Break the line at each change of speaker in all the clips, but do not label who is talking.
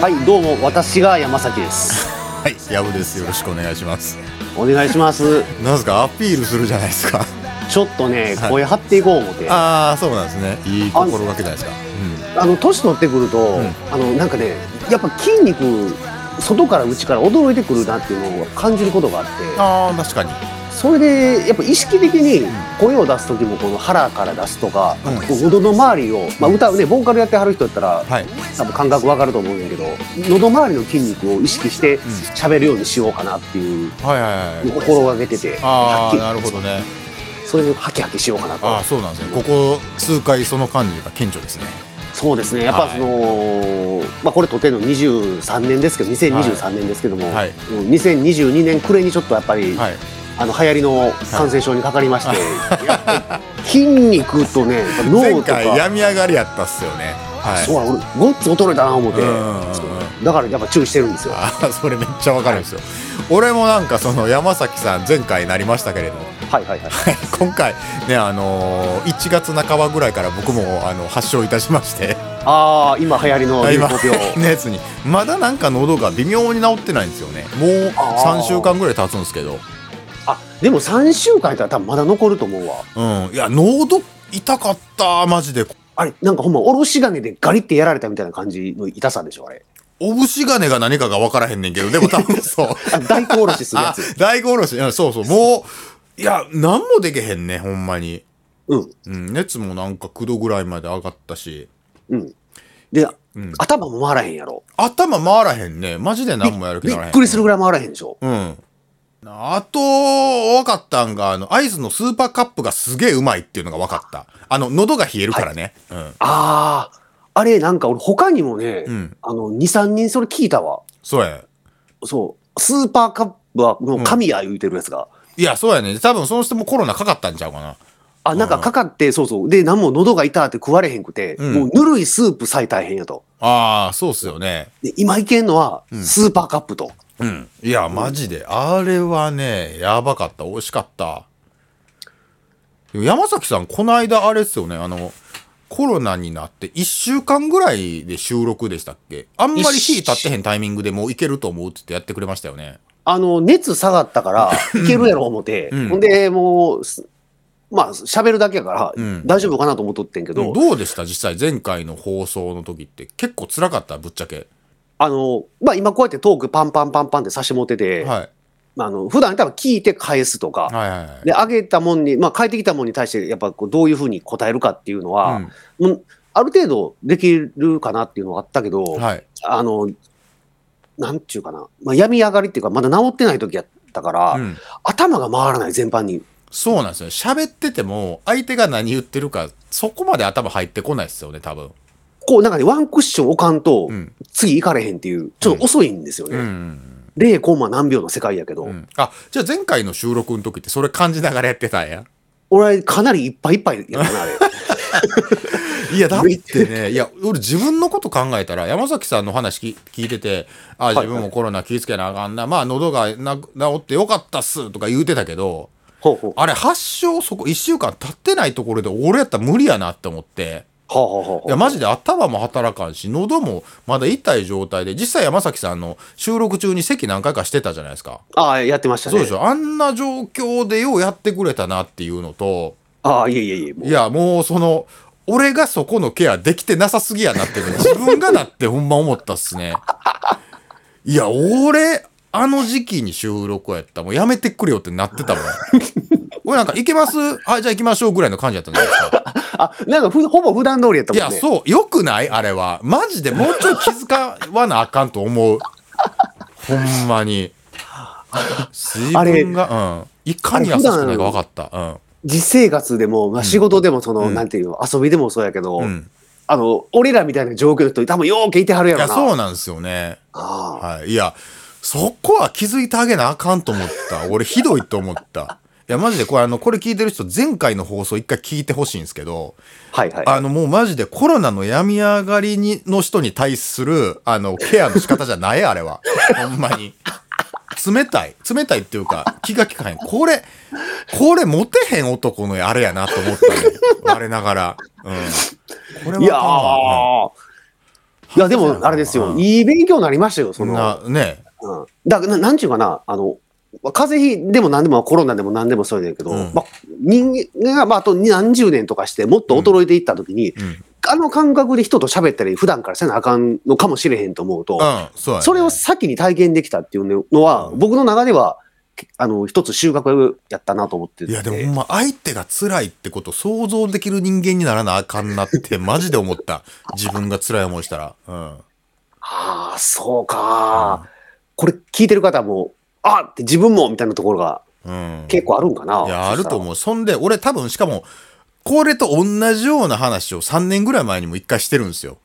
はい、どうも、私が山崎です。
はい、ヤブです。よろしくお願いします。
お願いします。
なんですか、アピールするじゃないですか。
ちょっとね、
はい
声張っていこう思って。あ
ああ、そうなんですね。いい心がけじゃないですか。
の、年取ってくると、
ん
あの、なんかね、やっぱ筋肉、外から内から驚いてくるなっていうのを感じることがあ
うん、
っ
ああ、確かに。
て、それで、やっぱ意識的に声を出す時も、この腹から出すとか、
うん
こう喉の周りを、まあ、歌うね、ボーカルやってはる人やったら、
はい。
多分感覚わかると思うんだけど、喉周りの筋肉を意識して喋るようにしようかなっていう
はいはいはい。
心がけてて、
あ
は
あ、
っきり
なるほどね。
それでハキハキしようかなと
ああ、そうなんですね。ここ数回その感じが顕著ですね。
そうですねやっぱその、まあ、これ撮ってるの23年ですけど2023年ですけども、
はい
うん2022年暮れにちょっとやっぱり、
はい。
あの流行りの感染症にかかりまして、筋肉とねやっぱ脳
前
とか
回病み上がりやったっすよね。はい。
そう俺ごっつ衰えたな思って
うんうんうん
だからやっぱ注意してるんですよ
ああ、それめっちゃわかるんですよ。俺もなんかその山崎さん前回なりましたけれども。
はいはいはい
はい今回ねあのー、1月半ばぐらいから僕もあの発症いたしまして
ああ今流行り の流行
今
病
のやつにまだなんか喉が微妙に治ってないんですよねもう
あー
3週間ぐらい経つんですけど
あでも3週間やったら多分まだ残ると思うわ
うんいや喉痛かったマジで
あれなんかほんまおろし金でガリってやられたみたいな感じの痛さでしょあれ
おぶし金が何かが分からへんねんけどでも多 分そう
あ大根おろしするや
あ
つ
大根おろしいやそうそうもういや何もできへんねほんまに、
うん
うん、熱もなんか9度ぐらいまで上がったし
うんで、
ん
頭も回らへんやろ
頭回らへんねマジで何もやる気
び
ならへん
っくりするぐらい回らへんでしょ
うん。あと、分かったんが、あの、アイスのスーパーカップがすげえうまいっていうのが分かった。あの、喉が冷えるからね。うん。
あああれなんか俺他にもね、
うん
あの23人それ聞いたわ
そうや。
そうスーパーカップはもう神や言うてるやつが、
いや、そうやね。多分その人もコロナかかったんちゃうかな。
あなんかかかってそうそうで何も喉が痛って食われへんくて、
うん
もうぬるいスープさえ大変やと
ああ、そうっすよね。
で今いけんのは
ん
スーパーカップと、
うん。いや、マジで。あれはね、やばかった。美味しかった。でも山崎さん、この間あれっすよね。あの、コロナになって1週間ぐらいで収録でしたっけあんまり火立ってへんタイミングでもういけると思うって言ってやってくれましたよね。
あの熱下がった からいけるやろ思って、
うん
ほんでもうすまあ喋るだけやから、
うん
大丈夫かなと思っとってんけど、
どどうでした実際前回の放送の時って結構辛かったぶっちゃけ
あの、まあ、今こうやってトークパンパンパンパンって差し持ってて、
はい
まあ、あの普段多分聞いて返すとか、
はいはいはい
で、あげたもんに、まあ、返ってきたもんに対して、やっぱこうどういうふうに答えるかっていうのは、もうある程度できるかなっていうのがあったけど、
うんはい
あの、なんちゅうかな、まあ、病み上がりっていうか、まだ治ってない時やったから、
うん
頭が回らない、全般に。
そうなんですよ喋ってても相手が何言ってるかそこまで頭入ってこないですよね多分
こう、なんかね、ワンクッション置かんと、
うん
次行かれへんっていう、ちょっと遅いんですよ
う
ね。
ん、
0コンマ何秒の世界やけど、
うん、あじゃあ前回の収録の時ってそれ感じながらやってたんや
俺はかなりいっぱいいっぱいやった な、あれ。
いやだってねいや俺自分のこと考えたら山崎さんの話き聞いててあ自分もコロナ気ぃつけなあかんな、まあ喉がなく治ってよかったっすとか言うてたけど
ほうほう。
あれ発症そこ1週間経ってないところで俺やったら無理やなって思って
はあ、はあはあ、
いやマジで頭も働かんし喉もまだ痛い状態で実際山崎さんの収録中に席何回かしてたじゃないですか
ああ、やってましたね。
そうでしょあんな状況でようやってくれたなっていうのと
ああ、いえいえいえ。もう
いやもうその俺がそこのケアできてなさすぎやな っていうの自分がなってほんま思ったっすねいや俺あの時期に収録やったもうやめてくれよってなってた もん俺なんか行けますはいじゃあ行きましょうぐらいの感じやったんじゃないですか
あ、なんかふほぼ普段通りやった
い
もん
や、
ね。
そう、よくないあれは。マジでもうちょい気づわなあかんと思う。ほんま に。自分が、うん。いかに優しくないか分かった。
実生活でも、まあ、仕事でも、その、
うん
なんていうの、遊びでもそうやけど、
うん。うん。
あの、俺らみたいな状況の人、多分ようけいてはるや
い
ろ
や、
な。
そうなんですよね。
ああ
はい。いや、そこは気づいてあげなあかんと思った。 俺、ひどいと思った。いや、マジで、これ、あの、これ聞いてる人、前回の放送一回聞いてほしいんですけど、
はいはい。
あの、もうマジでコロナの病み上がりにの人に対する、あの、ケアの仕方じゃない、あれは。 ほんまに。冷たい。冷たいっていうか、気が利かへん。これ、これ、モテへん男のあれやなと思ったね。我ながら。うん。これ
いや
はあかんわ、
ーいや、でも、あれですよ、いい勉強になりましたよ、そ
そん
の。
なね
うんだななんちゅうかな、あの、まあ風邪ひでも何でもコロナでも何でもそうやねんけど、
うん
まあ、人間が、まあ、あと何十年とかしてもっと衰えていった時に、
うんうん
あの感覚で人と喋ったり普段からせなあかんのかもしれへんと思うと、
うんそうやね
それを先に体験できたっていうのは、
うん
僕の中ではけあの一つ収穫やったなと思ってて
いやでもほんま相手が辛いってこと想像できる人間にならなあかんな ってマジで思った自分が辛い思いしたらうん
ああそうか、これ聞いてる方もあって自分もみたいなところが
うん
結構あるんかな、
いやあると
う
思うそんで俺多分しかもこれと同じような話を3年ぐらい前にも1回してるんですよ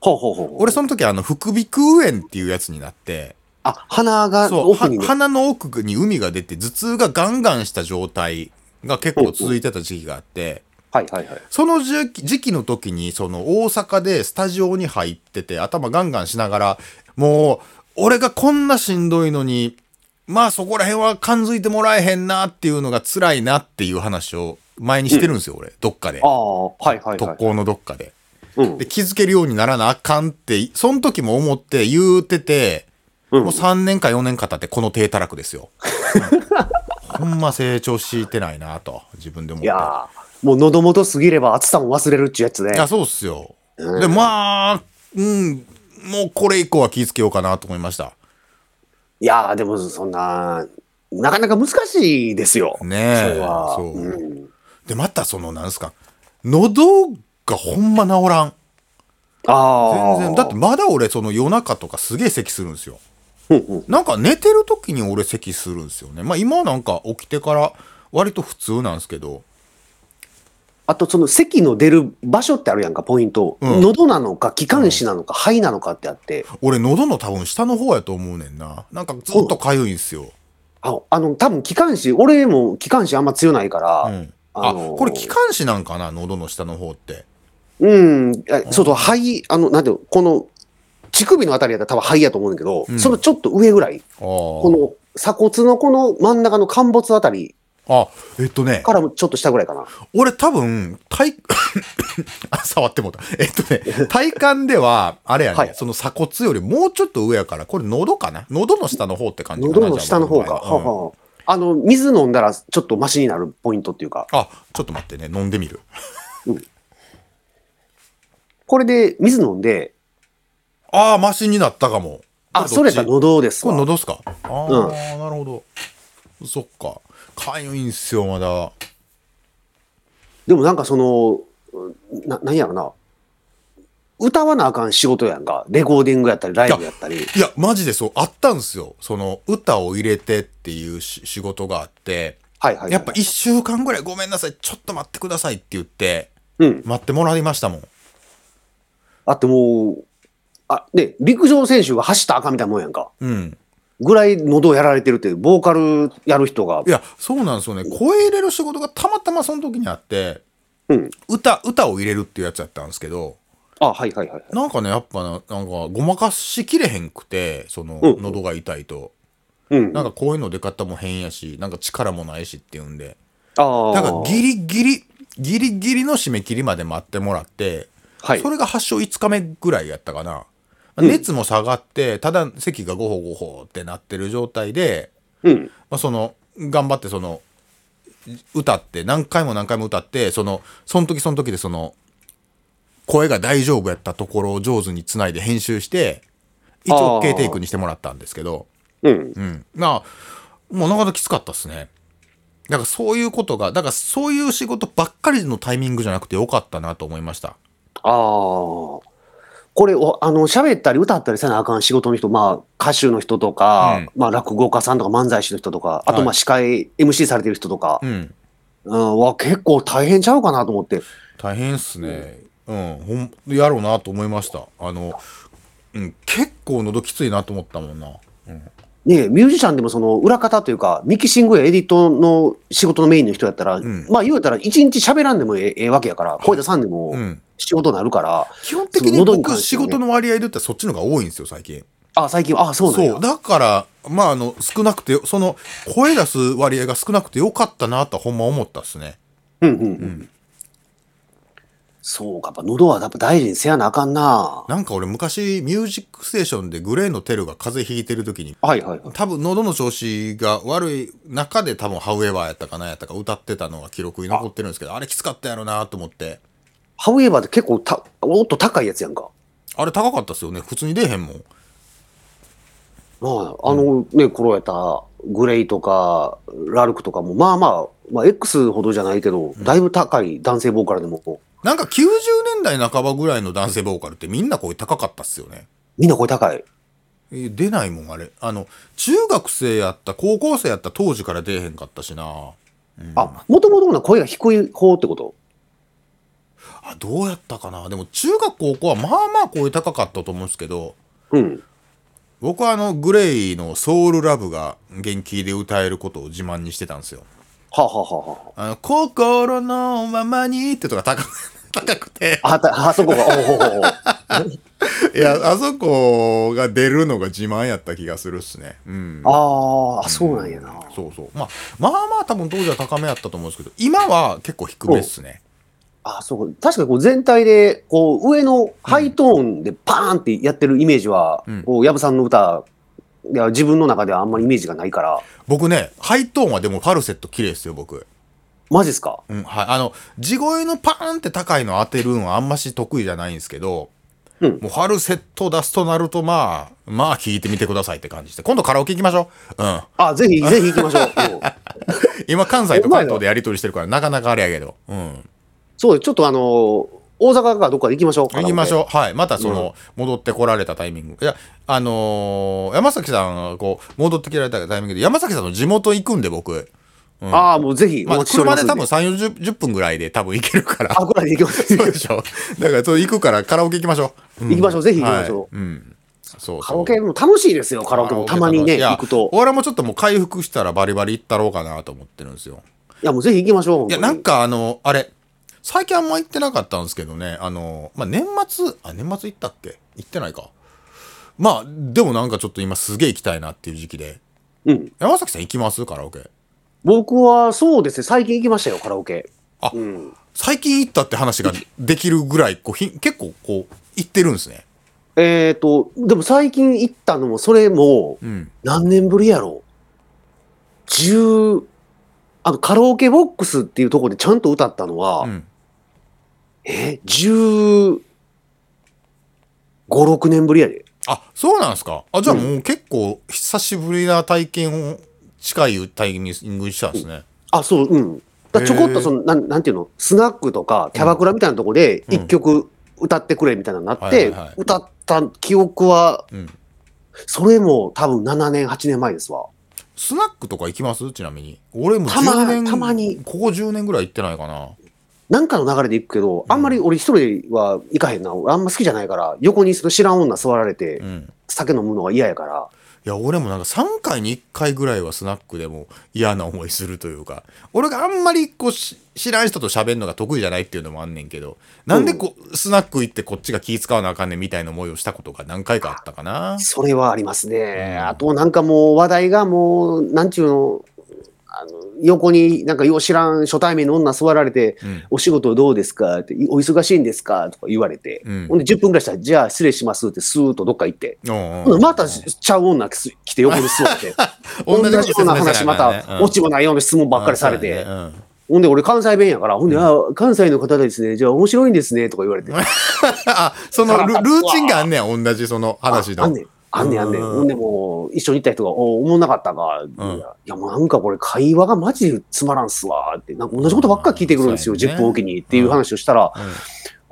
ほうほうほう
俺その時あの副鼻腔炎っていうやつになって
あ鼻が
そうは
奥にね
鼻の奥に海が出て頭痛がガンガンした状態が結構続いてた時期があって
はいはいはい
その時期時期の時にその大阪でスタジオに入ってて頭ガンガンしながらもう俺がこんなしんどいのにまあそこら辺は感づいてもらえへんなっていうのが辛いなっていう話を前にしてるんですよ、俺どっかで
あ。あはいはいは
特
い
攻のどっかで。
うん
で気づけるようにならなあかんってその時も思って言うてて、
うん
もう3年か4年か経ってこの低たらくです よ。ほんま成長してないなと自分で思っ
い
て。
やーもう喉元過ぎれば暑さも忘れるっちゅうやつね
いや、そうっすよ。
うん
で、まあ、うん、もうこれ以降は気ぃつけようかなと思いました。
いやーでもそんななかなか難しいですよ
ね
そ
え。
れは
そう
うん
で、またその、なんすか、喉がほんま治らん。
ああ
全然。だってまだ俺、その夜中とかすげえ咳するんですよ。
うんうん
なんか寝てる時に俺咳するんですよね。まあ今はなんか起きてから割と普通なんですけど。
あとその咳の出る場所ってあるやんかポイント、
うん
喉なのか気管支なのか、肺なのかってあって
俺喉の多分下の方やと思うねんな。なんかずっと痒いんですよ。
ああの多分気管支俺も気管支あんま強ないか
う
ら
ん。
あ
あ、
のー
これ気管支なんかな喉の下の方って。
うん、あそうそう肺あのなんていうのこの乳首のあたりやったら多分肺やと思うんだけど、
うん
そのちょっと上ぐらい
あこ
この鎖骨のこの真ん中の陥没あたり
あ、えっとね、
からもちょっと下ぐらいかな。
俺多分、体、 あ、触ってもうた。えっと ね、体感では、あれやね、
はい
その鎖骨よりもうちょっと上やから、これ喉かな喉の下の方って感じかな
喉の下の方
じゃ
が。は
あ
あはああの、水飲んだらちょっとマシになるポイントっていうか、
うんあ、ちょっと待ってね、飲んでみる。
これで水飲んで、
ああ、マシになったかも。
あ、それやったら
どっ
喉で
ち
す
これ
わ。
喉っすかああ、
うん
なるほど。そっか。かゆいんすよ、まだ。
でもなんかその、うんな、なんやろな。歌わなあかん仕事やんか。レコーディングやったり、ライブやったり。
いや、マジでそう、あったんすよ。その、歌を入れてっていうし仕事があって、
はいはいはい。
やっぱ1週間ぐらいごめんなさい、ちょっと待ってくださいって言って、
うん。
待ってもらいましたもん。
あってもう、あ、で、陸上選手が走ったらあかんみたいなもんやんか。
うん。
ぐらい喉をやられてるって、ボーカルやる人が
い。や、そうなんですよね。声入れる仕事がたまたまその時にあって、
うん。
歌、歌を入れるっていうやつやったんですけど、
あ、はいはいはいはい。
なんかね、やっぱな、なんか、ごまかしきれへんくて、その、
うん
喉が痛いと。
うん。
なんか声の出方も変やし、なんか力もないしっていうんで。
ああ。
だからギリギリ、ギリギリの締め切りまで待ってもらって、
はい
そ。れが発症5日目ぐらいやったかな。
うん
熱も下がって、ただ咳がごほごほってなってる状態で、
うん。
まあ、その頑張ってその歌って何回も何回も歌ってそのその時その時でその声が大丈夫やったところを上手につないで編集して一応
あー
OK テイクにしてもらったんですけど、
うん。
うん、まあもうなかなかきつかったっすねだからそういうことがだからそういう仕事ばっかりのタイミングじゃなくてよかったなと思いました
ああ。これお、あの、喋ったり歌ったりせなあかん仕事の人、まあ、歌手の人とか、
うん
まあ、落語家さんとか漫才師の人とか、あ
は
と、
い
まあ、司会、MC されてる人とか
う、ん
うん、は結構大変ちゃうかなと思って。
大変っすねうんほんやろうなと思いましたあの、うん、結構喉きついなと思ったもんな
ねえミュージシャンでもその裏方というか、ミキシングやエディットの仕事のメインの人やったら、
ん
まあ言うたら一日喋らんでもええええわけやから、声出さんでも
うん
仕事になるから、
基本的に
喉に関
僕
して
仕
はね
事の割合で言ったらそっちの方が多いんですよ最近
あ、最近、あ、そうなんや
そうだからまああの少なくてその声出す割合が少なくてよかったなとはほんま思ったっすね
うんうんうん。そうか、やっぱ喉はやっぱ大事にせやなあかんな。
なんか俺昔、ミュージックステーションでグレーのテルが風邪ひいてる時に、
はいはいはい。
多分喉の調子が悪い中で多分ハウエバーやったかなやったか歌ってたのが記録に残ってるんですけど、あれきつかったやろなと思って。
ハウエバーって結構た、おっと高いやつやんか。
あれ高かったっすよね。普通に出えへんもん。
まあ、あのね、頃やったグレイとか、ラルクとかも、まあまあ、まあ、X ほどじゃないけど、だいぶ高い男性ボーカルでも、
なんか90年代半ばぐらいの男性ボーカルってみんな声高かったっすよね。
みんな声高い。
え出ないもん、あれ。あの、中学生やった、高校生やった当時から出えへんかったしな、うん
あ、もともとの声が低い方ってこと
あどうやったかなでも中学高校はまあまあ声高かったと思うんですけど、
うん。
僕はあの、グレイのソウルラブが元気で歌えることを自慢にしてたんですよ。
はあ、はあはあは
あの、心のままにってとか高く、 高くて。
あ、あたあそこ が、おうおうおうおう
いや、あそこが出るのが自慢やった気がするっすね。うん。
あーあ、そうなんやな。
そうそう。まあ、まあまあ多分当時は高めやったと思うんですけど、今は結構低めっすね。
あそうか確かにこう全体でこう上のハイトーンでパーンってやってるイメージは、
うん
こう矢部さんの歌いや自分の中ではあんまりイメージがないから
僕ね、ハイトーンはでもファルセット綺麗ですよ、僕。
マジっすか
うん、はい。あの、地声のパーンって高いの当てるのはあんまし得意じゃないんですけど、
うん
もうファルセット出すとなると、まあ、まあ聞いてみてくださいって感じして。今度カラオケ行きましょう。うん。
あぜ ひぜひ行きましょう、うん
今関西と関東でやり取りしてるから、なかなかあれやけど。うん。
そうちょっとあのー大阪かどっかで行きましょう
行きまし
う
ょう。はい。またその、戻ってこられたタイミング。いや、あのー山崎さんがこう、戻ってきられたタイミングで、山崎さんの地元行くんで、僕。うん
ああもうぜひお
まあ、
待ちしており
車
ま
です
ん
多分3、40 10分ぐらいで多分行けるから。
あぐらいで行きます
そうでしょ。だから、そう行くからカラオケ行きましょう。ん
行きましょうぜひ行きましょう
はいうん。そうそう
カラオケも楽しいですよカラオケもたまにね
いや
行くと
俺もちょっともう回復したらバリバリ行ったろうかなと思ってるんですよ。
いやもうぜひ行きましょう
いや、なん
か
かあの、あれ、最近あんま行ってなかったんですけどね、あの、まあ、年末、あ、年末行ったっけ行ってないか。まあ、でもなんかちょっと今すげえ行きたいなっていう時期で。
うん
山崎さん行きますカラオケ。
僕はそうですね最近行きましたよカラオケ
あ
うん
最近行ったって話ができるぐらい、こうひん、結構こう、行ってるんですね。
えっ、と、でも最近行ったのも、それも、
うん。
何年ぶりやろう ?10、あの、カラオケボックスっていうところでちゃんと歌ったのは、
うん。
え、15、6年ぶりやで。
あ、そうなんですか。あ、じゃあもう結構久しぶりな体験を、近いタイミングにしたんですね。
あ、そう、うん。だからちょこっ
へー
とその、なん、なんていうの、スナックとかキャバクラみたいなところで
うん
一曲歌ってくれみたいなのになっ
う
て
んはいはいはい、
歌った記憶は、
うん。
それも多分7年、8年前ですわ。
スナックとか行きますちなみに。俺も
たま
10年、
たまに
ここ10年ぐらい行ってないかな。
なんかの流れで行くけど、
ん
あんまり俺一人は行かへんな。俺あんま好きじゃないから、横にその知らん女座られて
う、ん。
酒飲むのが嫌やから。
いや、俺もなんか3回に1回ぐらいはスナックでも嫌な思いするというか、俺があんまりこうし知らん人と喋るのが得意じゃないっていうのもあんねんけど、なんでこう、スナック行ってこっちが気使わなあかんねんみたいな思いをしたことが何回かあったかな。
それはありますね。
うん
あとなんかもう話題がもう、なんちゅうの、あの横になんかよう知らん初対面の女座られて、
うん。
お仕事どうですかって、いお忙しいんですかとか言われて、
うん
ほんで10分ぐらいしたら、じゃあ失礼しますってスーッとどっか行って、
うん
ほん
うん
でまたちゃう女来て横に座って、同
同
じ
じ
よ
こと説
うな
明され
話
た
ま
からね
た、落ちもないような質問ばっかりされて、
うんうん
ほんで、俺関西弁やから、ほんで、あ関西の方ですね、じゃあ面白いんですね、とか言われて。
あ、そのルルーチンがあんねん、同じその話
ああ
の
ん。ねん。あんねん、あんねん。
うん
ほんで、もう、一緒に行った人が、おおもんなかったか。
ん
いや、もうなんかこれ、会話がマジでつまらんすわ、って。なんか同じことばっかり聞いてくるんですよ、
うんそうやね
10分おきに。っていう話をしたら、
う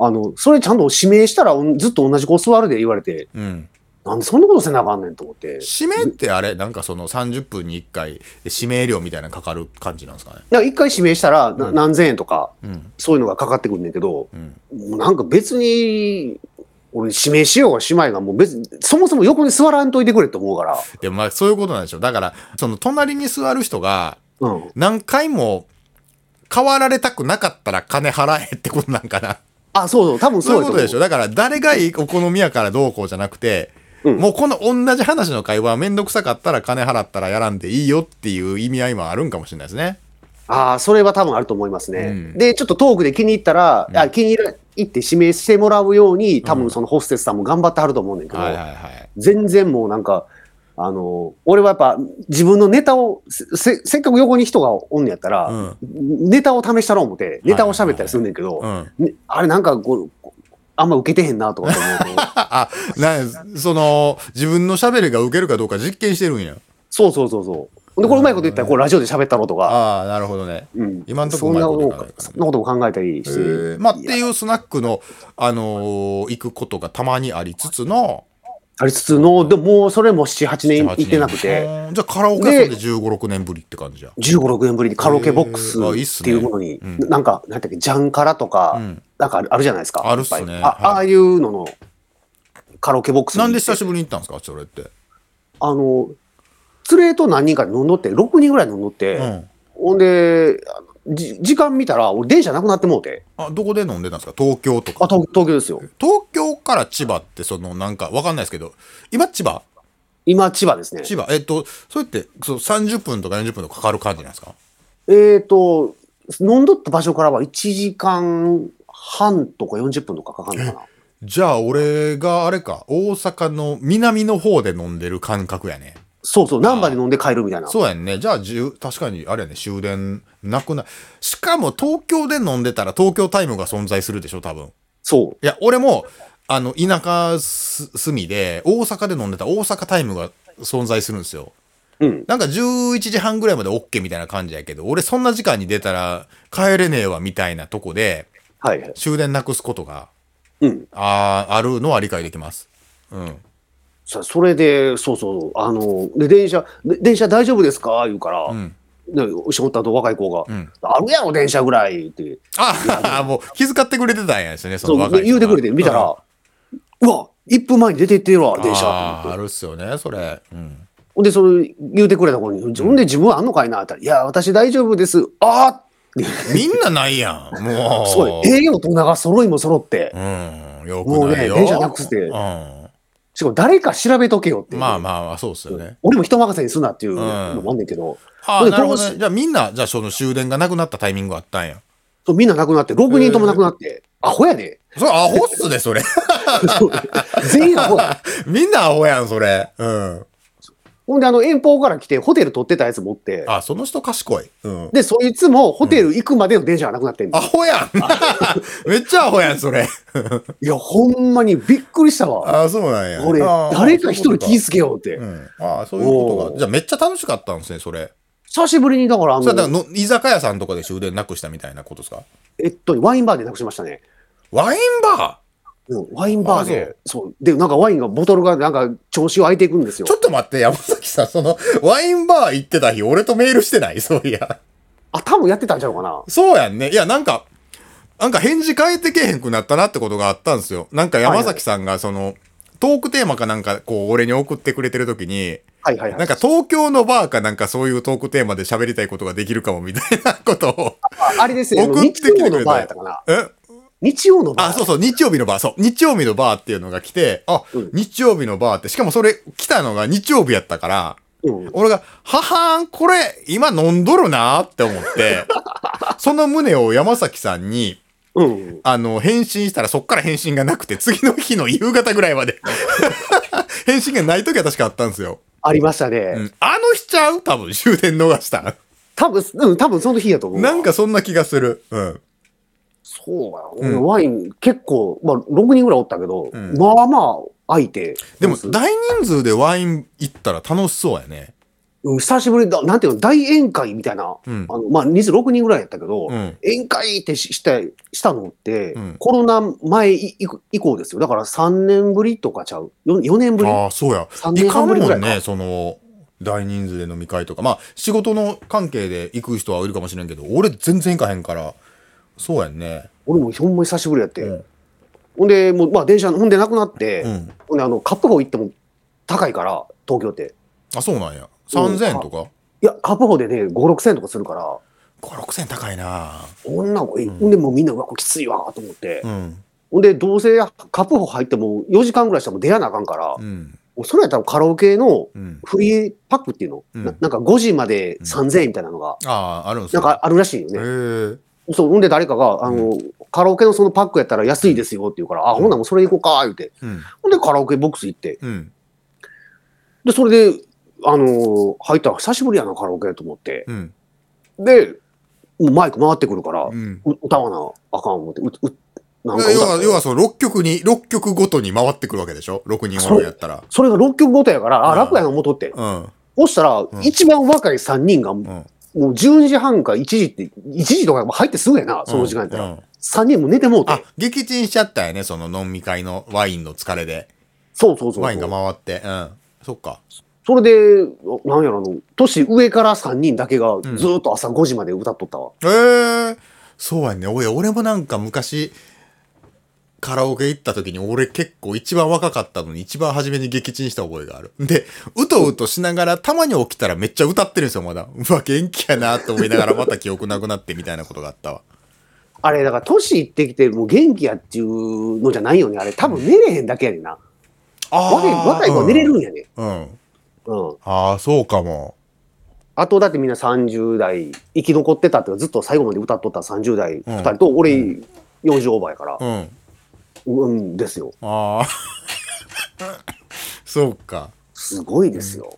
ん
あの、それちゃんと指名したら、おんずっと同じ子座るで言われて、
うん。
なんでそんなことせなあかんねんと思って。
指名ってあれなんかその30分に1回指名料みたいなのかかる感じなんですかね
だから一回指名したら、な
うん
何千円とか、
うん
そういうのがかかってくるんだけど、
うん
もうなんか別に、俺指名しようがしまいが、もう別に、そもそも横に座らんといてくれと思うから。
でもまあそういうことなんでしょうだからその隣に座る人が
うん。
何回も変わられたくなかったら金払えってことなんかな
あ、そうそう、多分
そ
そ
ういう
や
うこと
思
でしょだから誰がいいお好みやからどうこうじゃなくて、
うん
もうこの同じ話の会話めんどくさかったら金払ったらやらんでいいよっていう意味合いもあるんかもしれないですね
ああ、それは多分あると思いますね。
うん
で、ちょっとトークで気に入ったら、
うん
あ気に入って指名してもらうように、多分そのホステスさんも頑張ってはると思うねんけど、
はいはいはい。
全然もうなんか、あの、俺はやっぱ自分のネタを、せせせっかく横に人がおんねやったら、
うん。
ネタを試したろう思って、ネタを喋ったりするねんけど、
うん。
ねあれなんかこう、こうあんま受けてへんなとかって思う と
あ、なんその、自分の喋りが受けるかどうか実験してるんや。
そうそうそうそう。で、これうまいこと言ったら、こうラジオで喋ったろうとか、
ああ、なるほどね。
うん
今んとこ
そんな
うまいこといか
こ
ないから
とそんなことも考えたりして、
えーまあ、っていうスナックの、あのー行くことがたまにありつつの、
ありつつの、でももうそれも7、8年
7 8
行ってなくて、
うんじゃあカラオケ屋さんで15、6年ぶりって感じや。
15、6年ぶりにカラオケボックス
えーあいいっす
っ
ね
ていうものに、
うん
なんか、なんだっけ、ジャンカラとか、
うん
なんかあるじゃないですか。
あるっすね
いぱいあ
はい
ああいうののカラオケボックスに
なんで久しぶりに行ったんですかそれって。
あの、連れと何人かで飲んどって、6人ぐらい飲んどって、
うん。
ほんで、あのじ時間見たら、俺電車なくなってもうて、
あ、どこで飲んでたんですか東京と
あ
か。
東東京ですよ。
東京から千葉って、その、なんか、わかんないですけど、今千葉
今、千葉ですね。
千葉。えっと、それって、そう、30分とか40分とかかかる感じなんですか
えっ、ー、と、飲んどった場所からは1時間半とか40分とかかかんのかな。
じゃあ、俺があれか、大阪の南の方で飲んでる感覚やね。
そうそう、難波で飲んで帰るみたいな。
そうやんね。じゃあ、じゅう確かに、あれやね、終電なくなしかも、東京で飲んでたら、東京タイムが存在するでしょ、多分。
そう。
いや、俺も、あの、田舎す住みで、大阪で飲んでたら大阪タイムが存在するんですよ。
うん。
なんか11時半ぐらいまで OK みたいな感じやけど、俺そんな時間に出たら帰れねえわみたいなとこで
はいはい。
終電なくすことが、
うん。
あーあるのは理解できます。うん。
さそれで、そうそう、あの、で、電車、で電車大丈夫ですか言うから、
うん。
ね、仕事と若い子が、
うん
あるやろ、電車ぐらいって、
あ もう気遣ってくれてたんやですね、そ
そ
の
う
若い人が
言うてくれて、見たら、う
うん
わ、1分前に出て行ってるわ、電車
あ
と思
ーあ
って。
るっすよね、それ。うん。
ほんで、その、言うてくれた子に、ほんで自分はあんのかいなって言ったら、いや、私大丈夫です。あ
みんなないやん、
あ
もう。
すごい、ええ大人が揃いも揃って、
うん。よ
も
く
う
な
ね
いよ。
電車なくして
うん。
しかも誰か調べとけよっていう。
まあまあまあ、そうっすよね。
俺も人任せにすんなっていうのもあんねんけど、
あ
ほんで
あ、なるほど
どう
ね。
し
じゃあみんな、じゃあその終電がなくなったタイミングがあったんや。
そうみんな亡くなって、6人とも亡くなって、アホやで。
それアホっすね、それ。
そう全員アホや。
みんなアホやん、それ。うん。
ほんで、あの、遠方から来て、ホテル取ってたやつ持って、
あ、その人賢い。うん。
で、そいつもホテル行くまでの電車がなくなってんの。
アホやん。 めっちゃアホやん、それ。
いや、ほんまにびっくりしたわ。
あ、そうなんや。
俺、
あー
誰か一人気ぃ
そ
つけようっ
う
て
い。うことかうん。あーそういうこと
お
が。
ー
じゃあめっちゃ楽しかったんですね、それ。
久しぶりに、だから、あ
それはだから
の、
の居酒屋さんとかで終電なくしたみたいなことですか
えっと、ワインバーでなくしましたね。
ワインバ
うんワインバー
あそ
で。そう。で、なんかワインが、ボトルが、なんか、調子を開いていくんです
ー
よ
ち。ょっと待って、山崎さん、その、ワインバー行ってた日、俺とメールしてない そういや。
あ、多分やってたんちゃうかな。
そうやんね。いや、なんか、なんか返事変えてけへんくなったなってことがあったんですよ。なんか山崎さんが、その、トークテーマかなんか、こう、俺に送ってくれてるときに、
はいはいはい。
なんか東京のバーかなんかそういうトークテーマで喋りたいことができるかもみたいなことを。
ああれですね、あの
送ってき
日
てくれた
曜のバーやったかな。
え
日曜のバー。
あ、そうそう、日曜日のバー、そう。日曜日のバーっていうのが来て、あ、
うん
日曜日のバーって、しかもそれ来たのが日曜日やったから、
うん。
俺が、ははーん、これ、今飲んどるなーって思 って、その胸を山崎さんに、
うん。
あの、返信したらそっから返信がなくて、次の日の夕方ぐらいまで。 返信がない時は確かあったんですよ。
ありましたね。
うん。あの日ちゃう多分終電逃した。
多分、うん、多分その日やと思う。
なん、かそんな気がする。うん。
そう
う
や。
ん
俺ワイン結構、まあ、6人ぐらいおったけど、
うん
まあまあ、空いて。
でも
うん
大人数でワイン行ったら楽しそうやね。
うん久しぶりだ、なんていうの、大宴会みたいな、
うん
あのまあ、人数6人ぐらいやったけど、
うん。
宴会ってししたしたのって、
うん
コロナ前いい以降ですよ。だから3年ぶりとかちゃう。4, 年ぶり
ああ、そうや。
?3
い
年
かん
半ぶりぐ
も
らい
ん
か。
ね、その、大人数で飲み会とか。まあ、仕事の関係で行く人はいるかもしれんけど、俺全然行かへんから、そうやんね。
俺もほんまに久しぶりやって。
うん。
ほんで、もう、まあ、電車、ほんでなくなって、
うん。
ほんであのカップホ行っても高いから、東京って。
あ、そうなんや。3000円とか
いや、カップホでね、5、6千円とかするから、
?5、6000円高いな
女の子、え
うん
ほんでもうみんな、うわ、これきついわと思って、
うん。
ほんで、どうせカップホ入っても4時間ぐらいしたらもう出やなあかんから、
うん。
それやったらカラオケの
うん。
フリーパックっていうの、
うん
ななんか5時まで3000円みたいなのが、
ああ、あるんです
なんかあるらしいよ
へ
ね。
え。
そう、ほんで誰かが、あの、カラオケのそのパックやったら安いですよって言うから、あ、ほんならもうそれ行こうか、言うて。
うん。
ほんでカラオケボックス行って。
うん。
で、それで、あのー入ったら久しぶりやな、カラオケと思って。
うん。
で、もうマイク回ってくるから、
うん。
う歌わなあかん思って、う、う、なんか
要
歌っ
は、
て
要はその6曲に、6曲ごとに回ってくるわけでしょ ?6 人おるやったら。
それが6曲ごとやから、
う
あ、
ん
楽やな、思っとって。
うん。
そしたら、
ん
一番若い3人が、も
うん。
う12時半か1時って、1時とか入ってすぐやな、その時間やったら。
うん
3人も寝てもうて。
あ、撃沈しちゃったよね、その飲み会のワインの疲れで。
そうそうそうそう。
ワインが回って。うん。そっか。
それで、なんやろあの、年上から3人だけがずーっと朝5時まで歌っとったわ。
ええそうやね。俺、俺もなんか昔、カラオケ行った時に俺結構一番若かったのに一番初めに撃沈した覚えがある。で、うとうとしながらたまに起きたらめっちゃ歌ってるんですよ、まだ。うわ、元気やなと思いながらまた記憶なくなってみたいなことがあったわ。
あれ、だから年いってきて、もう元気やっていうのじゃないよね。あれ、多分寝れへんだけやねんな。
あ
若い若い子は寝れるんやね。
うん。うん
うん。
ああ、そうかも。
あと、だってみんな30代、生き残ってたっていうかずっと最後まで歌っとった30代2人と、俺40オーバーやから
う、ん。
うん、ですよ。
ああ。 そうか。
すごいですよ。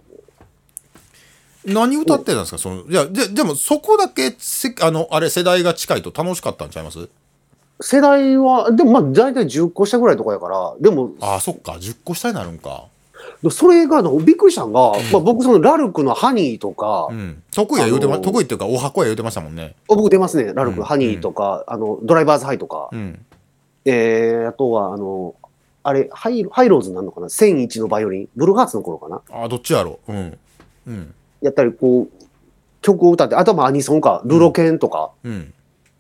何歌ってたんですかその、いや、で、でもそこだけせ、あの、あれ、世代が近いと楽しかったんちゃいます
世代は、でもまあ大体10個下ぐらいとかやから、でも、
ああ、そっか。10個下になるんか。
それがびっくりしたんが、まあ僕そのラルクのハニーとか
う、ん。得意や言うてま、
あのー
得意っていうか、お箱や言うてましたもんね。
僕出ますね、ラルク、
うん
ハニーとか、あの、ドライバーズハイとか、
うん。
えー、あとは、あの、あれ、ハイハイローズになるのかな ?1001 のバイオリン、ブルーハーツの頃かな
ああ、どっちやろう。うん。うん。
やったり、こう、曲を歌って、あとはまあアニソンか、ルロケンとか、
うん。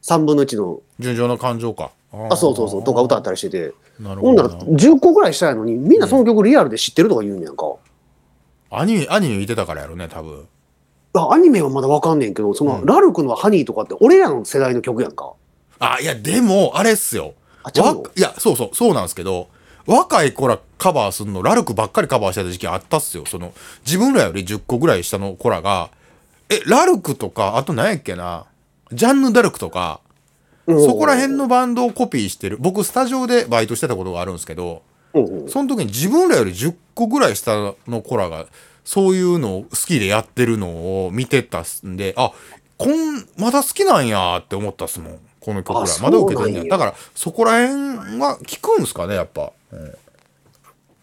3分の1の、
純情な感情か。あ
あ、そうそうそう、とか歌ったりしてて、
う。なる
ほ
ほ
んな
ど
ら
な。
10個ぐらいしたいのに、みんなその曲リアルで知ってるとか言うんやんか。
アニメ、アニメ見てたからやろね、多分。
あアニメはまだわかんねんけど、その、
うん
ラルクのハニーとかって、俺らの世代の曲やんか。
あ、いや、でも、あれっすよ。
あ、ちゃう
わ
の
いや、そうそう、そうなんですけど、若い子らカバーすんの、ラルクばっかりカバーしてた時期あったっすよ。その、自分らより10個ぐらい下の子らが、え、ラルクとか、あと何やっけな、ジャンヌ・ダルクとか、
うん
そこら辺のバンドをコピーしてる。僕、スタジオでバイトしてたことがあるんですけど、
うんうん
その時に自分らより10個ぐらい下の子らが、そういうのを好きでやってるのを見てたんで、あ、こん、まだ好きなんやって思ったっすもん。この曲ら
あ。そ
ま
うな
だ
んや
受けてんねや。だから、そこら辺は効くんすかね、やっぱ。うん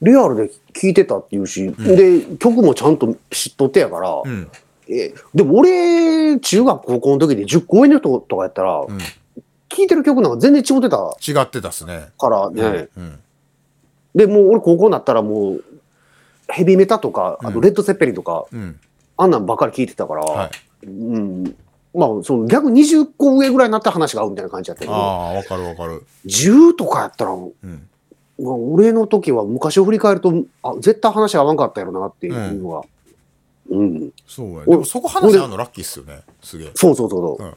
リアルで聴いてたっていうし、で、曲もちゃんと知っとってやから、
うん。
えでも俺、中学、高校の時で10公演の人とかやったら、
ん
聴いてる曲なんか全然違ってたか
違ってたっすね。
らね、
うん。
で、もう俺高校になったらもう、ヘビメタとか、あ
う
と
ん
レッド・セッペリンとか、
うん。
あんなんばっかり聴いてたから、
はい。
うん、まあ、その逆に20個上ぐらいになったら話が合うみたいな感じだったけ
あ
ど、
あ、わかるわかる。
10とかやったら、
うん。
まあ俺の時は昔を振り返ると、あ、絶対話が合わんかったやろなっていうのが、うん、
そうや。でもそこ話あんのラッキーっすよね。すげえ。
そうそうそうそう。
うん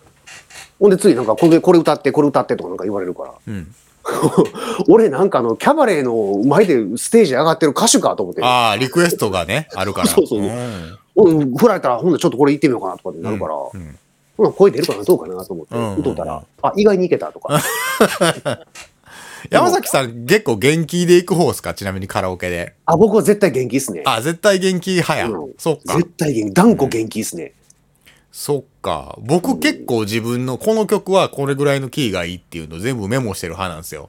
ほんで、ついなんか、これ、これ歌って、これ歌ってとかなんか言われるから。
うん。
俺なんかあの、キャバレーの前でステージ上がってる歌手かと思って。
ああ、リクエストがね、あるか ら。
そうそうそうんうん、振られたら、ほんでちょっとこれ行ってみようかなとかってなるから、
うんうん
ほな声出るかな、どうかなと思って、
うん
歌ったら、あ、意外にいけたとか。
山崎さん結構元気で行く方っすかちなみにカラオケで。
あ、僕は絶対元気っすね。
あ、絶対元気派や。
うん
そっか
絶。対元気、断固元気っすね。
そっか。僕結構自分のこの曲はこれぐらいのキーがいいっていうの全部メモしてる派なんですよ。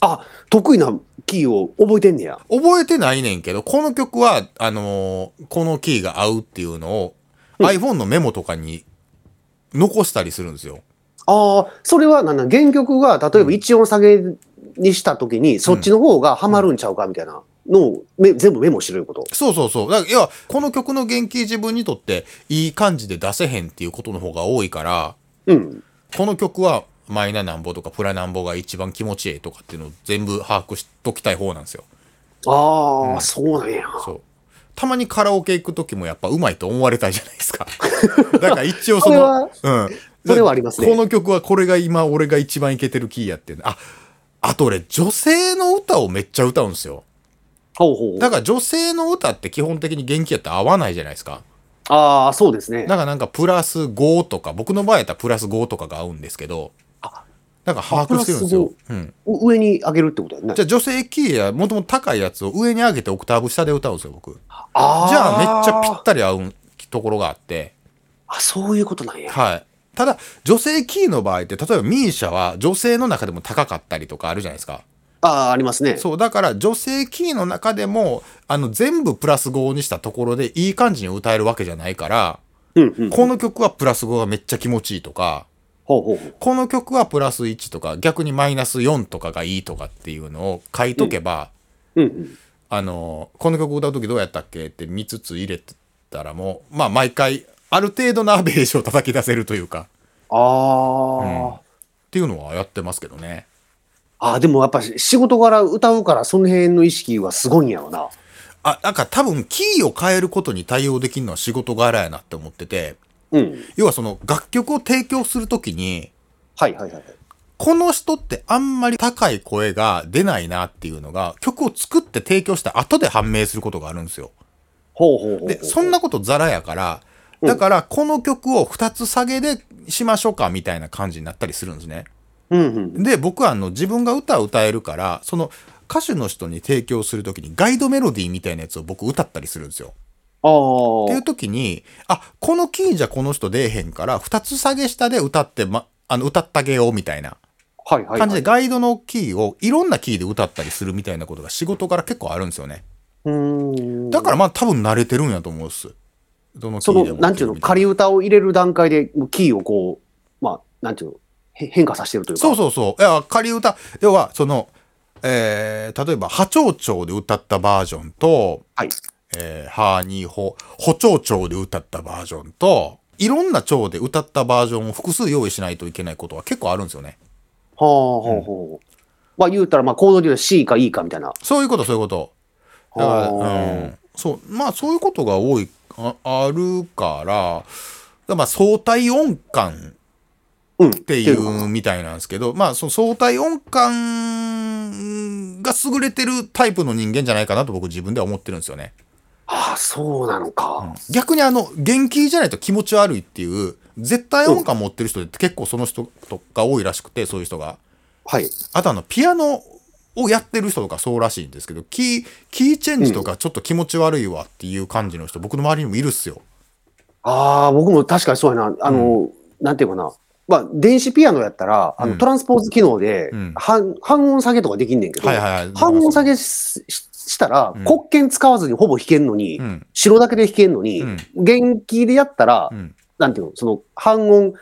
あ、得意なキーを覚えてんねや。
覚えてないねんけど、この曲は、あのーこのキーが合うっていうのを、iPhone のメモとかに残したりするんですよ。
ああ、それはなんなん原曲が、例えば一音下げにした時に、そっちの方がハマるんちゃうかみたいなのをめ全部メモしてること。
そうそうそう。だから、要は、この曲の元気自分にとっていい感じで出せへんっていうことの方が多いから、
うん。
この曲はマイナなんぼとかプラなんぼが一番気持ちええとかっていうのを全部把握しときたい方なんですよ。
ああ、そうなんや。
そう。たまにカラオケ行く時もやっぱうまいと思われたいじゃないですか。 だから一応その、うん。
それはありますね
この曲はこれが今俺が一番いけてるキーやってんあ、あと俺女性の歌をめっちゃ歌うんですよ。
ほうほう
だから女性の歌って基本的に元気やったら合わないじゃないですか。
ああ、そうですね
だ。からなんかプラス5とか、僕の場合やったらプラス5とかが合うんですけど
あ、
なんか把握してるんですよ。うん、
う上に上げるってことやね
じ。ゃあ女性キーや、もともと高いやつを上に上げてオクターブ下で歌うんですよ、僕。じ
あー
ゃあめっちゃぴったり合うところがあって、
あ、そういうことなんや。
はい。ただ、女性キーの場合って、例えばミーシャは女性の中でも高かったりとかあるじゃないですか。
ああ、ありますね。
そう、だから女性キーの中でも、あの、全部プラス5にしたところでいい感じに歌えるわけじゃないから、
うんうん。
この曲はプラス5がめっちゃ気持ちいいとか、
ほうほうほう。
この曲はプラス1とか、逆にマイナス4とかがいいとかっていうのを書いとけば、
うんうん。
あの、この曲歌う時どうやったっけって見つつ入れたらもう、まあ毎回、ある程度のアベージを叩き出せるというか、うん
ああ、
っていうのはやってますけどね。
ああ、でもやっぱ仕事柄歌うから、その辺の意識はすごいんやろな。
あ、なんか多分キーを変えることに対応できるのは仕事柄やなって思ってて、
うん。
要はその楽曲を提供するときに、
はいはいはいはい。
この人ってあんまり高い声が出ないなっていうのが曲を作って提供した後で判明することがあるんですよ。
ほうほうほうほう。
で、そんなことザラやから、だからこの曲を2つ下げでしましょうかみたいな感じになったりするんですね。
うんうん。
で、僕はあの自分が歌を歌えるから、その歌手の人に提供するときにガイドメロディーみたいなやつを僕歌ったりするんですよ。
あ
ってい
あ
う。時に、あ、このキーじゃこの人出えへんから、二つ下げ下で歌って、ま、あの、歌ったげようみたいな
はいはい、はい。
感じで、ガイドのキーをいろんなキーで歌ったりするみたいなことが仕事から結構あるんですよね。
うーん。
だからまあ多分慣れてるんやと思うっす。どのキ
そ
ー
の
で、も。
なんていうの、仮歌を入れる段階で、もうキーをこう、まあ、なんていうの、へ変化させてるというか。
そうそうそう。いや、仮歌、要は、その、えー、例えば、波長調で歌ったバージョンと、
はい。
えー、ハーニーホ、補聴調で歌ったバージョンと、いろんな調で歌ったバージョンを複数用意しないといけないことは結構あるんですよね。
はあ、はあ、はあ。まあ、言うたら、まあ、コードで C か E かみたいな。
そういうこと、そういうこと。だから、う
は
ん。そう、まあ、そういうことが多い、ああるから、だまあ、相対音感
うん。っ
っていうみたいなんですけど、まあ、その相対音感が優れてるタイプの人間じゃないかなと僕自分では思ってるんですよね。
ああ、そうなのか。
逆にあの、元気じゃないと気持ち悪いっていう、絶対音感持ってる人って結構その人とか多いらしくて、そういう人が。
はい。
あとあの、ピアノをやってる人とかそうらしいんですけど、キー、キーチェンジとかちょっと気持ち悪いわっていう感じの人、僕の周りにもいるっすよ。
ああ、僕も確かにそうやな。あの、なんていうかな。まあ、電子ピアノやったら、あ
う
の、
ん
トランスポーズ機能で
うん、
半、半音下げとかできんねんけど、
はいはいはい。
半音下げしししたら
うん、
黒鍵使わずにほぼ弾けんのに
う、ん。
白だけで弾けんのに
うん、
元気でやったら
う、ん。
なんていうの、その、半音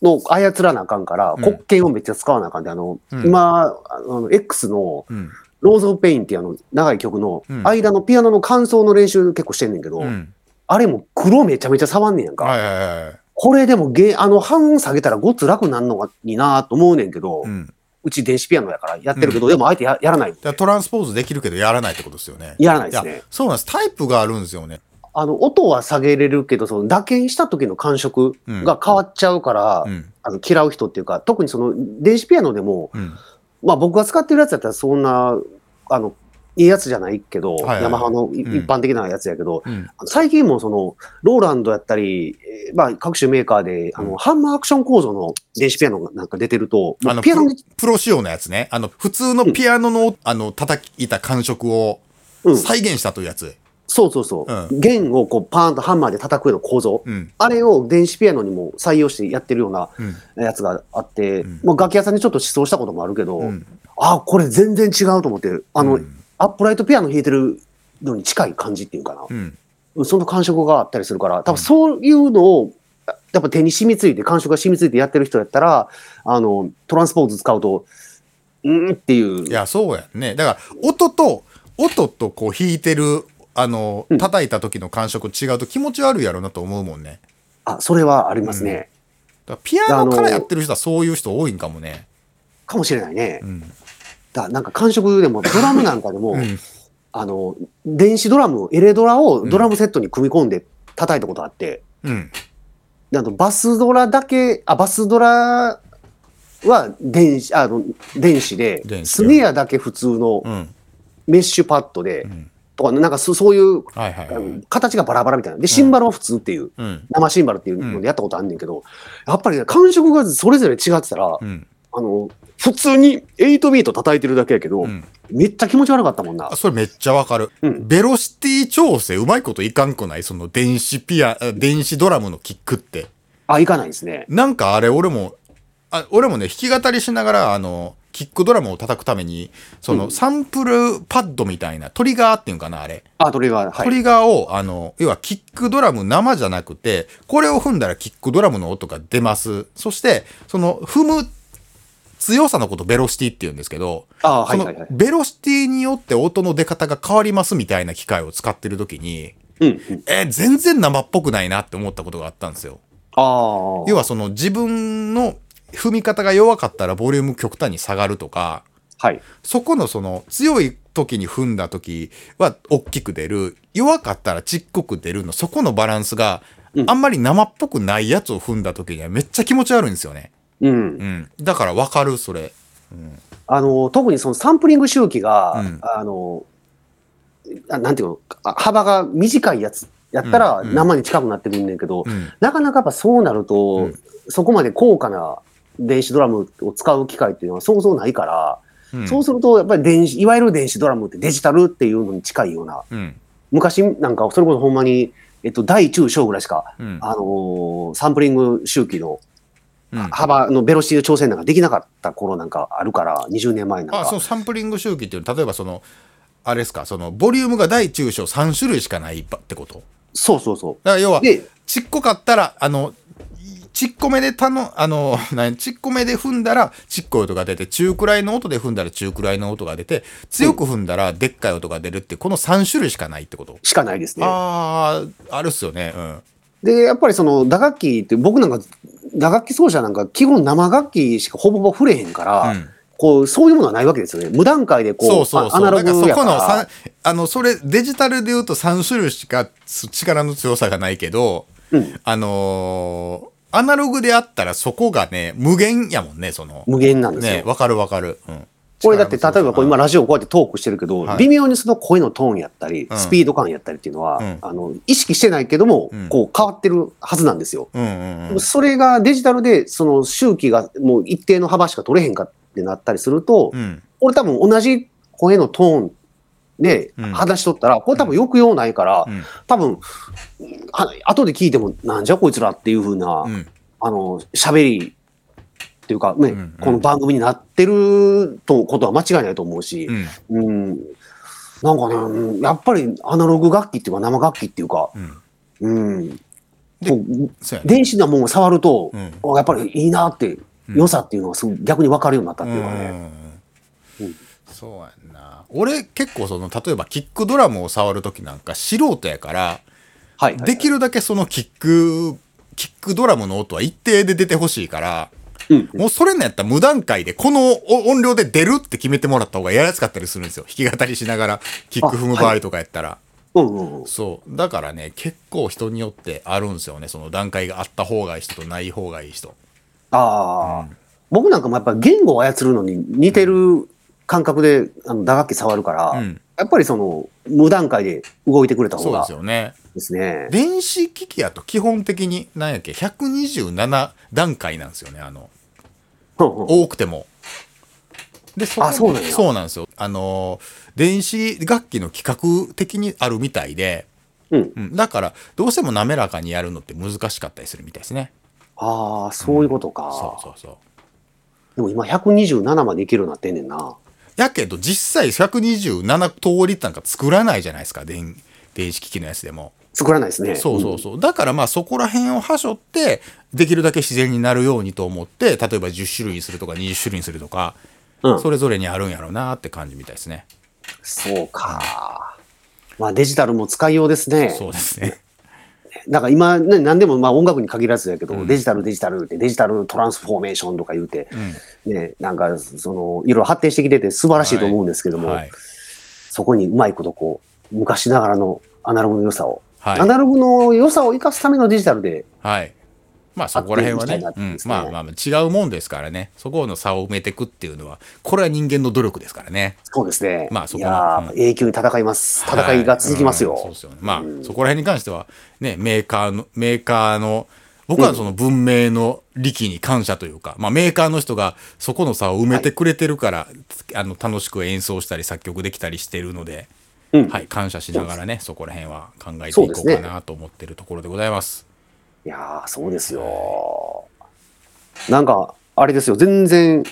の操らなあかんから
う、ん
黒鍵をめっちゃ使わなあかんで、あの、
うん
今、あの、X の、
うん。
ローズ・オブ・ペインっていうあの、長い曲の
うん、
間のピアノの感想の練習結構してんねんけど
う、ん。
あれも黒めちゃめちゃ触んねんやん
は
か。
いはいはいはい。
これでもげ、あの、半音下げたらごっつ楽になんのになぁと思うねんけど、う
うん。
ち電子ピアノやからやってるけど、でもあえてややらない。
だからトランスポーズできるけどやらないってことですよね。
やらない
い
で
や
すね。
そうなんです。タイプがあるんですよね。
あの、音は下げれるけど、その、打鍵した時の感触
うん。
が変わっちゃうから、
うん。
あの嫌う人っていうか、特にその、電子ピアノでも、
うん。
まあ僕が使ってるやつだったらそんな、あの、いいやつじゃないけど、
はいはい
ヤマハのい一
うん
般的なやつやけど、
うん。
最近もその、ローランドやったり、えーまあ各種メーカーで、あ
うん
の、ハンマーアクション構造の電子ピアノなんか出てると、も
あ
う
の、
ピ
プ
アノ
ロ
に、
プロ仕様のやつね。あの、普通のピアノの、あの、叩き板感触を
うん、
再現したというやつ。
そうそうそうう、弦をこうパーンとハンマーで叩くような構造。
うん。
あれを電子ピアノにも採用してやってるような
うん。
やつがあって、
うん
まあ楽器屋さんにちょっと思想したこともあるけど、
うん
ああ、これ全然違うと思って、あの、
うん
アップライトピアノ弾いてるのに近い感じっていうかな。
うん。
その感触があったりするから、多分そういうのを、やっぱ手に染みついて、感触が染みついてやってる人やったら、あの、トランスポーズ使うと、うんっていう。
いや、そうやんね。だから、音と、音とこう弾いてる、あの
う、ん
叩いた時の感触違うと気持ち悪いやろなと思うもんね。
あ、それはありますね。
だからピアノからやってる人はそういう人多いんかもね。
かもしれないね
う。ん。
だなんか感触 でも、ドラムなんかでも、
うん。
あの、電子ドラム、エレドラをドラムセットに組み込んで叩いたことあって、
うん。
であとバスドラだけ、あ、バスドラは電子、あの、電子で、
電子
スネアだけ普通の
うん。
メッシュパッドで
ん、
とか、なんかそそういう、
はいはい
あ
はい。
の形がバラバラみたいな。で、シンバルは普通っていう、
うん。
生シンバルっていうのでやったことあんねんけど、やっぱりね、感触がそれぞれ違ってたら
う、ん。
あの、普通に8ビート叩いてるだけやけど
う、ん。
めっちゃ気持ち悪かったもんな
あ。それめっちゃわかる。
うん
ベロシティ調整、うまいこといかんくないその電子ピア、あ電子ドラムのキックって。
あ、いかないですね。
なんかあれ、俺も、あ俺もね、弾き語りしながら、あの、キックドラムを叩くために、その、サンプルパッドみたいな、トリガーっていうんかな、あれ。
あ、トリガー、は
ト
い。
リガーを、あの、要はキックドラム生じゃなくて、これを踏んだらキックドラムの音が出ます。そして、その、踏む強さのことベロシティって言うんですけど、
あ、は
そ
い
の
はいはい。
ベロシティによって音の出方が変わりますみたいな機械を使ってる時に、
うんうん。
えー全然生っぽくないなって思ったことがあったんですよ。
ああ。
要はその自分の踏み方が弱かったらボリューム極端に下がるとか、
はい。
そこのその強い時に踏んだ時は大きく出る、弱かったらちっこく出るの、そこのバランスが
うん
あんまり生っぽくないやつを踏んだ時にはめっちゃ気持ち悪いんですよね。
うん。
うん。だからわかる、それ。
あの、特にそのサンプリング周期が、
うん
あの、あなんていうの、あ幅が短いやつやったら
うんうん
生に近くなってくんねんけど、
うん。
なかなかやっぱそうなると、
うん
そこまで高価な電子ドラムを使う機会っていうのはそうそうないから、
うん
そうするとやっぱり電子、いわゆる電子ドラムってデジタルっていうのに近いような、
うん。
昔なんかそれこそほんまに、えっと、大中小ぐらいしか、
うん。
あのーサンプリング周期の
うん
幅のベロシティの調整なんかできなかった頃なんかあるから、20年前なんか。
あそのサンプリング周期っていうのは例えばそのあれですかそのボリュームが大中小3種類しかないってこと
そうそうそ
だから要は
う。で、
ちっこかったらあのちっこめでたのあの 何ちっこめで踏んだらちっこい音が出て中くらいの音で踏んだら中くらいの音が出て強く踏んだらでっかい音が出るってこの3種類しかないってこと、
しかないですね。
あああるっすよねうん
で、やっぱりその打楽器って、僕なんか、打楽器奏者なんか、基本生楽器しかほぼほぼ触れへんから、
うん
こう、そういうものはないわけですよね。無段階でこう、
そうそう
あア
そう。
ナロ
だから
グ
そ
やか
この
ら
さ。あの、それ、デジタルで言うと3種類しかつ力の強さがないけど、
うん
あのーアナログであったらそこがね、無限やもんね、その。
無限なんですよ。
ね、わかるわかる。うん。
これだって、例えばこう今
力の強さ
ラジオこうやってトークしてるけど、
はい
微妙にその声のトーンやったり、
うん
スピード感やったりっていうのは、
うん
あの、意識してないけども、
うん
こう変わってるはずなんですよ。
うんうんうん。
それがデジタルで、その周期がもう一定の幅しか取れへんかってなったりすると、
うん。
これ多分同じ声のトーンで
うん
話しとったら、これ多分抑揚ないから、
うん
多分、あ後で聞いても、なんじゃこいつらっていうふうな、
うん。
あの、喋りっていうか、ね、
うんうん
この番組になってるとことは間違いないと思うし
う、ん。
うん、なんかね、うんやっぱりアナログ楽器っていうか、生楽器っていうか、
うん。
うん、
で
こう
そうやね。
電子なもんを触ると、
うん
あやっぱりいいなって、
うん
良さっていうのがすごく逆に分かるようになったっていうか
うん
ね。
うんうん
うん
そうやんな。俺、結構その、例えばキックドラムを触るときなんか素人やから、
はい。
できるだけそのキック、キックドラムの音は一定で出てほしいから、
うん
もうそれのやったら無段階でこの音量で出るって決めてもらった方がやりやすかったりするんですよ。弾き語りしながらキック踏む場合とかやったら。
うんうんうん。
そう。だからね、結構人によってあるんですよね。その段階があった方がいい人とない方がいい人。
ああ、僕なんかもやっぱ言語を操るのに似てる感覚であの打楽器触るから、
うん。
やっぱりその無段階で動いてくれた
そ
方
うで
が
すよね。
ですね。
電子機器やと基本的に、なんやっけ、127段階なんですよね。あの、
うんうん
多くても。で、そこ
あそうなんや
そうなんですよ。あのー、電子楽器の規格的にあるみたいで、
うん
うん、だから、どうしても滑らかにやるのって難しかったりするみたいですね。
ああ、そういうことか。
そうそうそう。
でも今127までいけるようになってんねんな。
やけど、実際127通りってなんか作らないじゃないですか、電電子機器のやつでも。
作らないですね。
そうそううそう。だからまあそこら辺をはしょって、できるだけ自然になるようにと思って、例えば10種類にするとか20種類にするとか、
ん。うん
それぞれにあるんやろうなって感じみたいですね。
そうか。まあデジタルも使いようですね。
そうですね。
だから今、ね、何でもまあ音楽に限らずやけど、
ん
デジタルデジタルってデジタルトランスフォーメーションとか言うて、ね、なんかそのいろいろ発展してきてて素晴らしいと思うんですけども、
はい。
そこにうまいことこう昔ながらのアナログの良さを、
はい
アナログの良さを生かすためのデジタルで
はい。まあそこら辺は
あってい
ね
きたいなって
う
いうんですね
まあまあ違うもんですからねそこの差を埋めていくっていうのはこれは人間の努力ですからね
そうですね。
まあそこ
い
の
やー
う
永久に戦います。戦いが続きますよ。
はいうんそうですよねまあ、そこら辺に関してはねメーカーのメーカーの僕はその文明の力に感謝というか、まあ、メーカーの人がそこの差を埋めてくれてるから、あの楽しく演奏したり作曲できたりしてるので、
うん
はい、感謝しながらねそこら辺は考えていこうかなと思ってるところでございます。
いやー、そうですよ。なんか、あれですよ、全然、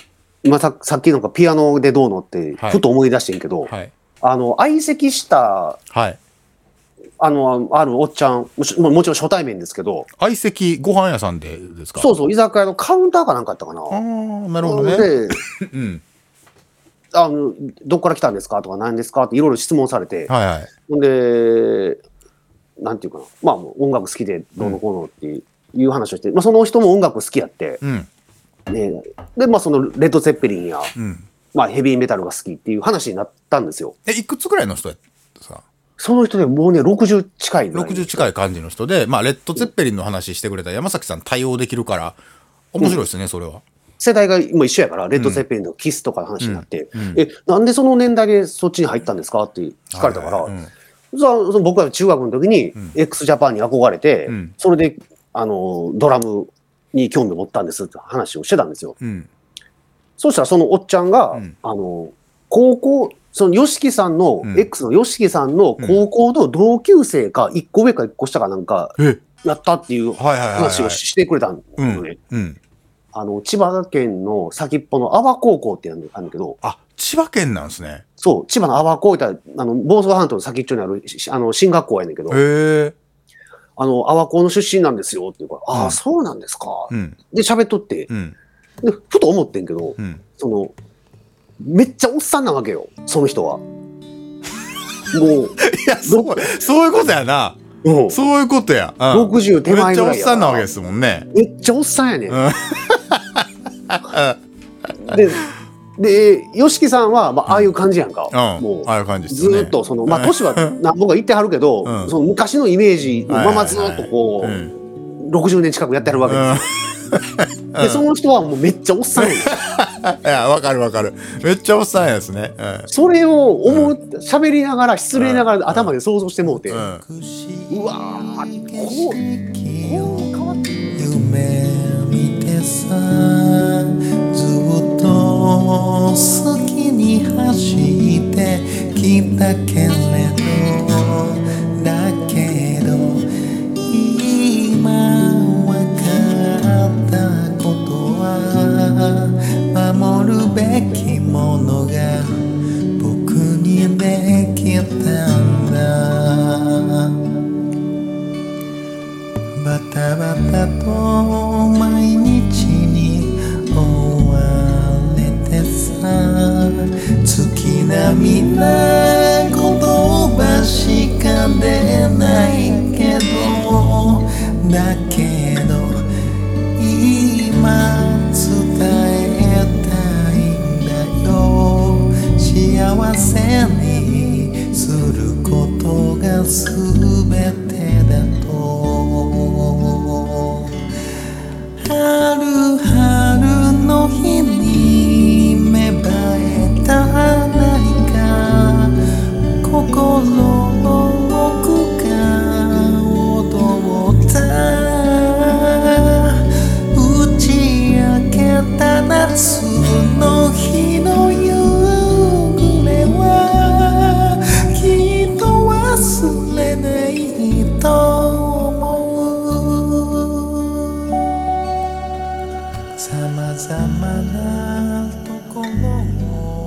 今ささっきなんかピアノでどうのって、
はい
ふと思い出してんけど、
はい、
あの、相席した、
はい
あの、あるおっちゃん、もしももちろん初対面ですけど、
相席ご飯屋さんでですか
そうそう、居酒屋のカウンターかなんかやったかな。
あーなるほどね。
で、
うん、
あの、どっから来たんですかとか、何ですかっていろいろ質問されて、
はいはい。
ほんで、なんていうかな、まあ、もう音楽好きでどうのこうのっていう,、話をして、まあ、その人も音楽好きやって、
うん、
ね、で、まあ、その、レッド・ゼッペリンや、
うん。
まあ、ヘビーメタルが好きっていう話になったんですよ。
え、いくつぐらいの人やったさ
その人でもうね、60近いぐらい。
60近い感じの人で、まあ、レッド・ツェッペリンの話してくれた山崎さん対応できるから、面白いですね、それは。
世代がもう一緒やから、レッド・ゼッペリンのキスとかの話になって、
うんうん
え、なんでその年代でそっちに入ったんですかって聞かれたから、
はいはい
そうその僕は中学の時に
ん
x ジャパンに憧れて、
うん
それで、あの、ドラムに興味を持ったんですって話をしてたんですよ。
うん。うん
そしたらそのおっちゃんが、
うん
あの、高校、その YOSHIKI さんの、
うん
X の YOSHIKI さんの高校の同級生か、1個上か1個下かなんか、
え、
やったっていう
はいはいはい、はい。
話をしてくれたんだ
う
よね。
ん。うん。
あの、千葉県の先っぽの阿波高校ってやるんだけど、
あ、千葉県なんですね。
そう、千葉の阿波高校って、あの、房総半島の先っちょにある、しあの、進学校やねんけど、
へえ。
あの、阿波高の出身なんですよっていうから、あ
う
あ、
ん
そうなんですか。
うん。
で、喋っとって、
うん。
で、ふと思ってんけど、
うん。
その、めっちゃおっさんなわけよ、その人は。も
いや、そう、そういうことやな。
う、もう
そういうことや。うん、
60手
めっ
前
ちゃ
ぐ
おっ
らいやか
さ
ら
んなわけですもんね。
めっちゃおっさんやね
うん。
ん。で、で、YOSHIKI さんは、まあ、ああいう感じやんか。
う
も
ん。
う
ああいう感じです
ず
ね。
ーっとその、まあ、年はな僕は言ってはるけど、
うん
その昔のイメージのままずーっとこう、
はいはいはいうん
60年近くやってはるわけですよ、でその人はもうめっちゃおっさんやねん
うん。いや、わかるわかる。めっちゃおっさんやですね。うん。
それを思う喋りながら失礼ながら頭で想像してもうて、う
うん
わーこうこう変わってる
夢見てさずっと好きに走ってきたけれどだけど今わかったことは守るべきものが僕にできたんだバタバタと毎日に追われてさ月並みな言葉しか出ないけどだけど今伝えたいんだよ幸せにすることが全てだと春春の日に芽生えた何か心の奥が踊った打ち明けた夏の日の夕暮れはきっと忘れないと思うさまざまなところを